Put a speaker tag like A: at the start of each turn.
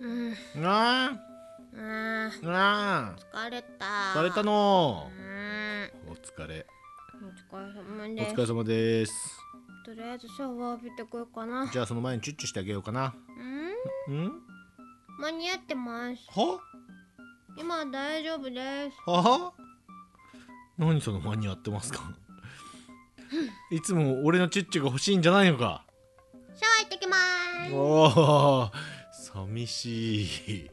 A: うん
B: な
A: あー
B: あなあ
A: 疲れた
B: された
A: う
B: の
A: ん
B: お疲れ
A: お疲れ様
B: お
A: です
B: 疲れ様です
A: とりあえずシャワー浴びてこようかな
B: じゃあその前にチュッチュしてあげようかな
A: うん
B: うん
A: 間に合ってます
B: は
A: 今大丈夫です
B: は何その間に合ってますか いつも俺のチュッチュが欲しいんじゃないのか
A: シャワー行ってきます
B: おお寂しい